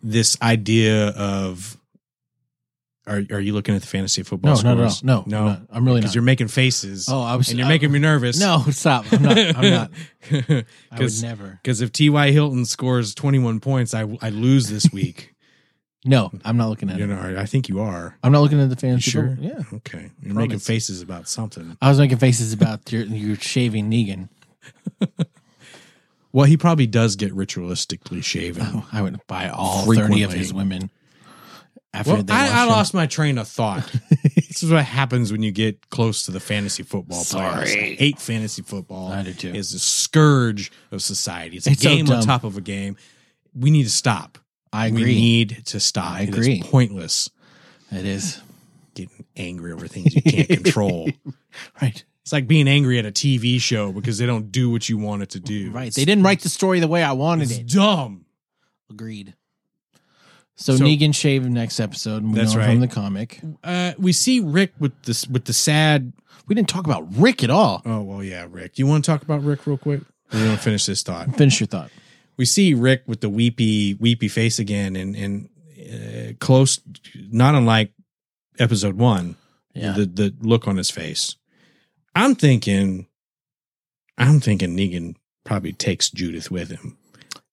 A: this idea of. Are, are you looking at the fantasy football
B: No, no, no,
A: scores?
B: no, no. I'm,
A: no,
B: not. I'm really
A: because
B: not.
A: you're making faces.
B: oh, I was.
A: and you're
B: I-
A: making me nervous.
B: No, stop. I'm not. I'm not.
A: <laughs>
B: I would
A: Because
B: never.
A: if T.Y. Hilton scores 21 points, I, I lose this
B: <laughs>
A: week.
B: No, I'm not looking at
A: you
B: it.
A: know, I think you are.
B: I'm not looking at the fans.
A: sure?
B: Yeah.
A: Okay. You're making
B: Promise.
A: faces about something.
B: I was making faces about your, your shaving Negan.
A: Well, he probably does get ritualistically shaven.
B: Oh, I would buy all thirty of
A: Frequently.
B: his women. After
A: well,
B: they
A: I, I
B: wash him.
A: lost my train of
B: <laughs>
A: thought. this is what happens when you get close to the fantasy football players. I
B: Sorry.
A: hate fantasy football.
B: I do too.
A: It's a scourge of society. It's a
B: It's so
A: game on
B: dumb.
A: top of a game. We need to stop.
B: I
A: We
B: agree.
A: need to stop.
B: I
A: It is
B: agree.
A: pointless
B: it is
A: getting angry over things you
B: <laughs>
A: can't control.
B: right.
A: It's like being angry at a TV show because they don't do what you want it to do.
B: Right. They didn't write the story the way I wanted
A: It's
B: it.
A: dumb.
B: Agreed. So,
A: So-
B: Negan shaved next episode. And we
A: That's
B: know it from
A: right.
B: the comic.
A: Uh, we see Rick with this with the sad.
B: We didn't talk about Rick at all.
A: Oh well, yeah, Rick. You want to talk about Rick real quick? We want to finish this thought.
B: Finish your thought.
A: We see Rick with the weepy weepy face again, and and uh, close, not unlike episode one.
B: Yeah.
A: The the look on his face. I'm thinking. I'm thinking Negan probably takes Judith with him.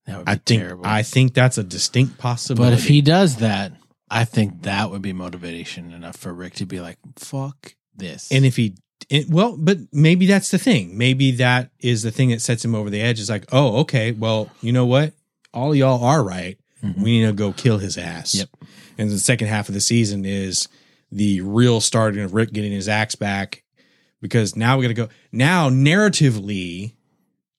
B: that would be
A: I think
B: terrible.
A: I think that's a distinct possibility.
B: but if he does that, I think that would be motivation enough for Rick to be like, fuck this.
A: And if he, it, well, but maybe that's the thing. Maybe that is the thing that sets him over the edge. Is like, oh, okay, well, you know what? All y'all are right.
B: Mhm.
A: We need to go kill his ass.
B: Yep.
A: And the second half of the season is the real starting of Rick getting his axe back because now we're going to go. Now, narratively,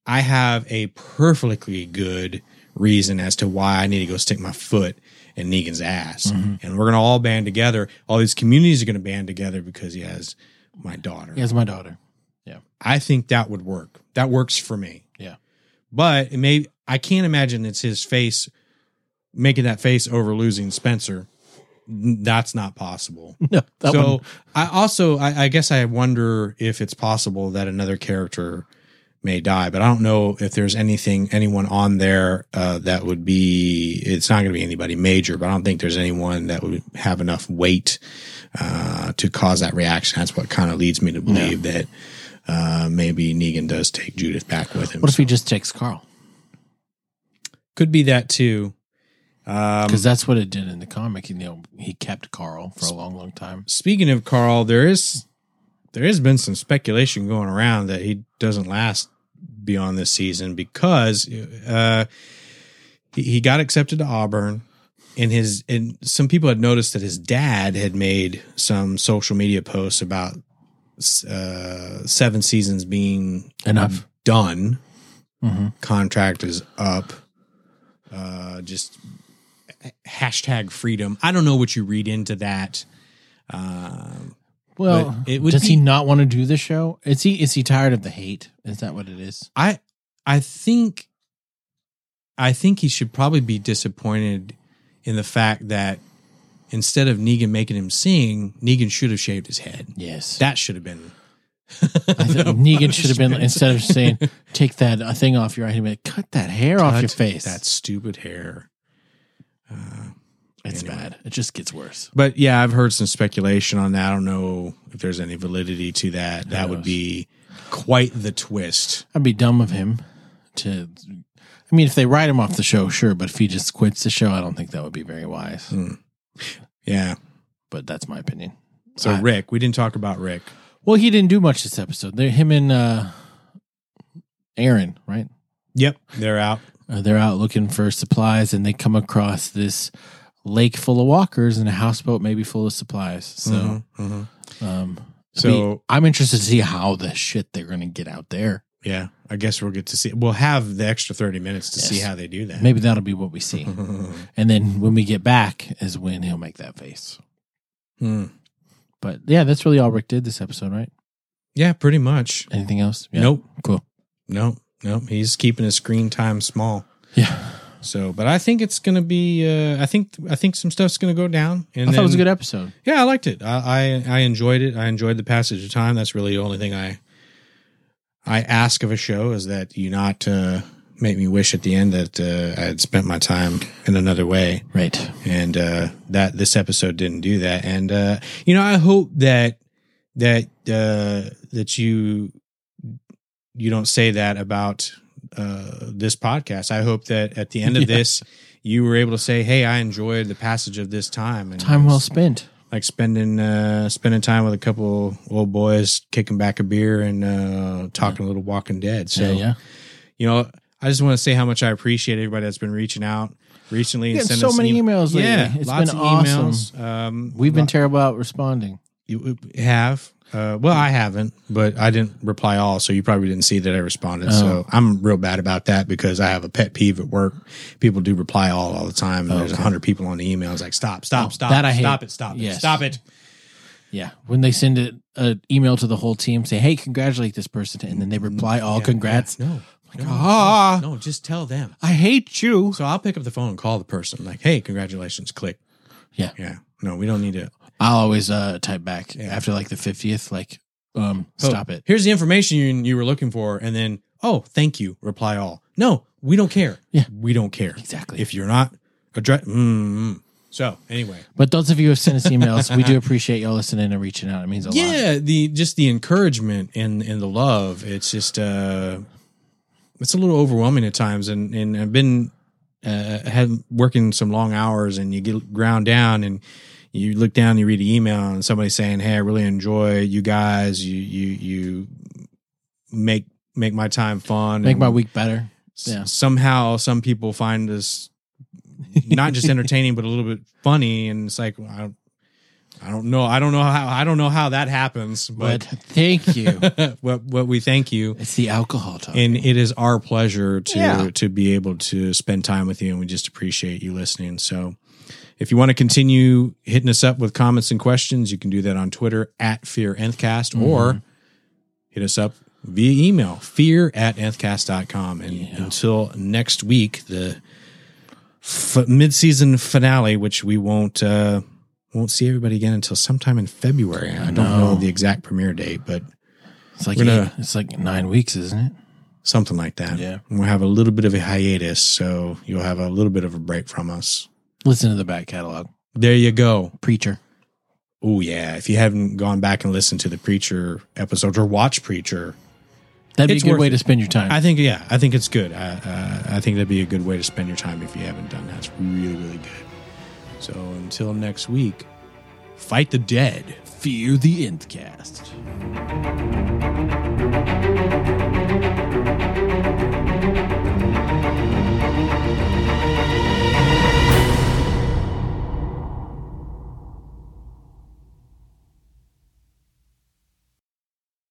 A: I have a perfectly good reason as to why I need to go stick my foot in Negan's ass. And we're going to all band together. All these communities are going to band together because he has my daughter.
B: he has my daughter.
A: I think that would work. That works for me.
B: Yeah.
A: But it may I can't imagine it's his face making that face over losing Spencer. N- That's not possible.
B: <laughs> No, that
A: so
B: one.
A: I also I, I guess I wonder if it's possible that another character may die, but I don't know if there's anything anyone on there uh, that would be. It's not going to be anybody major, but I don't think there's anyone that would have enough weight uh, to cause that reaction. That's what kind of leads me to believe that uh, maybe Negan does take Judith back with him.
B: What if he just takes Carl?
A: Could be that too. Um,
B: Because that's what it did in the comic. You know, he kept Carl for a long, long time.
A: speaking of Carl, there is there has been some speculation going around that he doesn't last beyond this season because uh, he, he got accepted to Auburn, and his and some people had noticed that his dad had made some social media posts about uh, seven seasons being
B: Enough.
A: done,
B: Mm-hmm.
A: contract is up. Uh, just hashtag freedom. I don't know what you read into that. Um,
B: Well,
A: But it would
B: does he
A: be-
B: not want to do the show? Is he is he tired of the hate? Is that what it is?
A: I I think I think he should probably be disappointed in the fact that instead of Negan making him sing, Negan should have shaved his head.
B: Yes.
A: That should have been. <laughs>
B: I think <laughs> Negan should have been instead of saying take that uh, thing off your eye, he'd be like, cut that hair off your
A: Cut
B: face.
A: that stupid hair. Uh,
B: it's
A: anyway.
B: bad. It just gets worse.
A: but yeah, I've heard some speculation on that. I don't know if there's any validity to that. That would
B: knows?
A: be quite the twist.
B: I'd be dumb of him to. I mean, if they write him off the show, sure, but if he just quits the show, I don't think that would be very wise.
A: Yeah.
B: But that's my opinion.
A: So
B: I-
A: Rick, we didn't talk about Rick.
B: Well, he didn't do much this episode. They're him and uh, Aaron, right?
A: Yep, they're out.
B: Uh, they're out looking for supplies, and they come across this lake full of walkers and a houseboat maybe full of supplies. So,
A: Mhm, mhm.
B: um,
A: So-
B: I am interested to see how the shit they're going to get out there.
A: Yeah, I guess we'll get to see. We'll have the extra thirty minutes to
B: Yes.
A: see how they do that.
B: Maybe that'll be what we see.
A: Mm-hmm.
B: and then when we get back is when he'll make that face.
A: <laughs> Hmm.
B: But yeah, that's really all Rick did this episode, right?
A: Yeah, pretty much.
B: Anything else? Yeah.
A: Nope,
B: Cool.
A: nope, nope. He's keeping his screen time small.
B: Yeah.
A: So, but I think it's gonna be. Uh, I think I think some stuff's gonna go down. And
B: I thought it was a
A: then-
B: good episode.
A: Yeah, I liked it. I, I I enjoyed it. I enjoyed the passage of time. That's really the only thing I I ask of a show is that you not uh, make me wish at the end that uh, I had spent my time in another way.
B: Right.
A: and uh, that this episode didn't do that. And uh, you know, I hope that that uh, that you you don't say that about uh, this podcast. I hope that at the end of
B: <laughs> Yeah.
A: this, you were able to say, "Hey, I enjoyed the passage of this time." And
B: Time
A: it
B: well
A: was
B: spent.
A: like spending uh, spending time with a couple old boys, kicking back a beer, and uh, talking a little Walking Dead. So
B: yeah, yeah.
A: you know. I just want to say how much I appreciate everybody that's been reaching out recently and
B: Getting
A: sending
B: so
A: us
B: many
A: em-
B: emails lately.
A: yeah,
B: It's
A: lots
B: been
A: of
B: awesome.
A: emails. Um,
B: We've
A: lo-
B: been terrible at responding.
A: you have. Uh, well, I haven't, but I didn't reply all, so you probably didn't see that I responded. So I'm real bad about that because I have a pet peeve at work. People do reply all all the time, and there's a hundred people on the email. It's like stop, stop, stop,
B: that I hate.
A: stop it, stop it,
B: Yes.
A: stop it.
B: Yeah. When they send it, an email to the whole team, say, hey, congratulate this person. And then they reply, all
A: Mm-hmm. Yeah,
B: congrats.
A: yeah, no, no,
B: Ah.
A: no, just tell them.
B: I hate you.
A: So I'll pick up the phone and call the person. Like, hey, congratulations, click.
B: Yeah.
A: yeah. No, we don't need to.
B: I'll always uh, type back
A: Yeah.
B: after like the 50th, like, um,
A: Oh,
B: stop it.
A: Here's the information you, you were looking for, and then oh, thank you. Reply all. No, we don't care.
B: Yeah.
A: we don't care.
B: Exactly.
A: if you're not address mm, mm. so anyway
B: But those of you who have sent us emails, we do appreciate y'all listening and reaching out. It means a lot.
A: yeah the just the encouragement and and the love it's just uh it's a little overwhelming at times and and i've been uh had working some long hours and you get ground down and you look down you read an email and somebody's saying hey i really enjoy you guys you you you make make my time fun
B: Make my
A: and-
B: week better.
A: S-
B: Yeah.
A: somehow some people find this not just entertaining but a little bit funny and it's like well, I, don't, I don't know i don't know how i don't know how that happens
B: But
A: but <laughs>
B: thank you.
A: what what we thank you
B: It's the alcohol talk.
A: and it is our pleasure to
B: Yeah.
A: to be able to spend time with you and we just appreciate you listening so if you want to continue hitting us up with comments and questions you can do that on twitter at fear nthcast or hit us up via email fear at nthcast.com and until next week the f- mid-season finale which we won't uh won't see everybody again until sometime in february i, don't know
B: know.
A: the exact premiere date but
B: it's like
A: we're gonna-
B: eight- it's like nine weeks, isn't it?
A: something like that.
B: Yeah.
A: And we'll have a little bit of a hiatus, so you'll have a little bit of a break from us.
B: Listen to the back catalog.
A: There you go.
B: Preacher.
A: Oh yeah, if you haven't gone back and listened to the Preacher episodes or watch Preacher,
B: That'd
A: It's
B: be a
A: worth
B: good way
A: it.
B: to spend your time.
A: I think yeah, I think it's good. I uh, I think that'd be a good way to spend your time if you haven't done that. It's really really good. So until next week, fight the dead.
B: Fear the Nth Cast.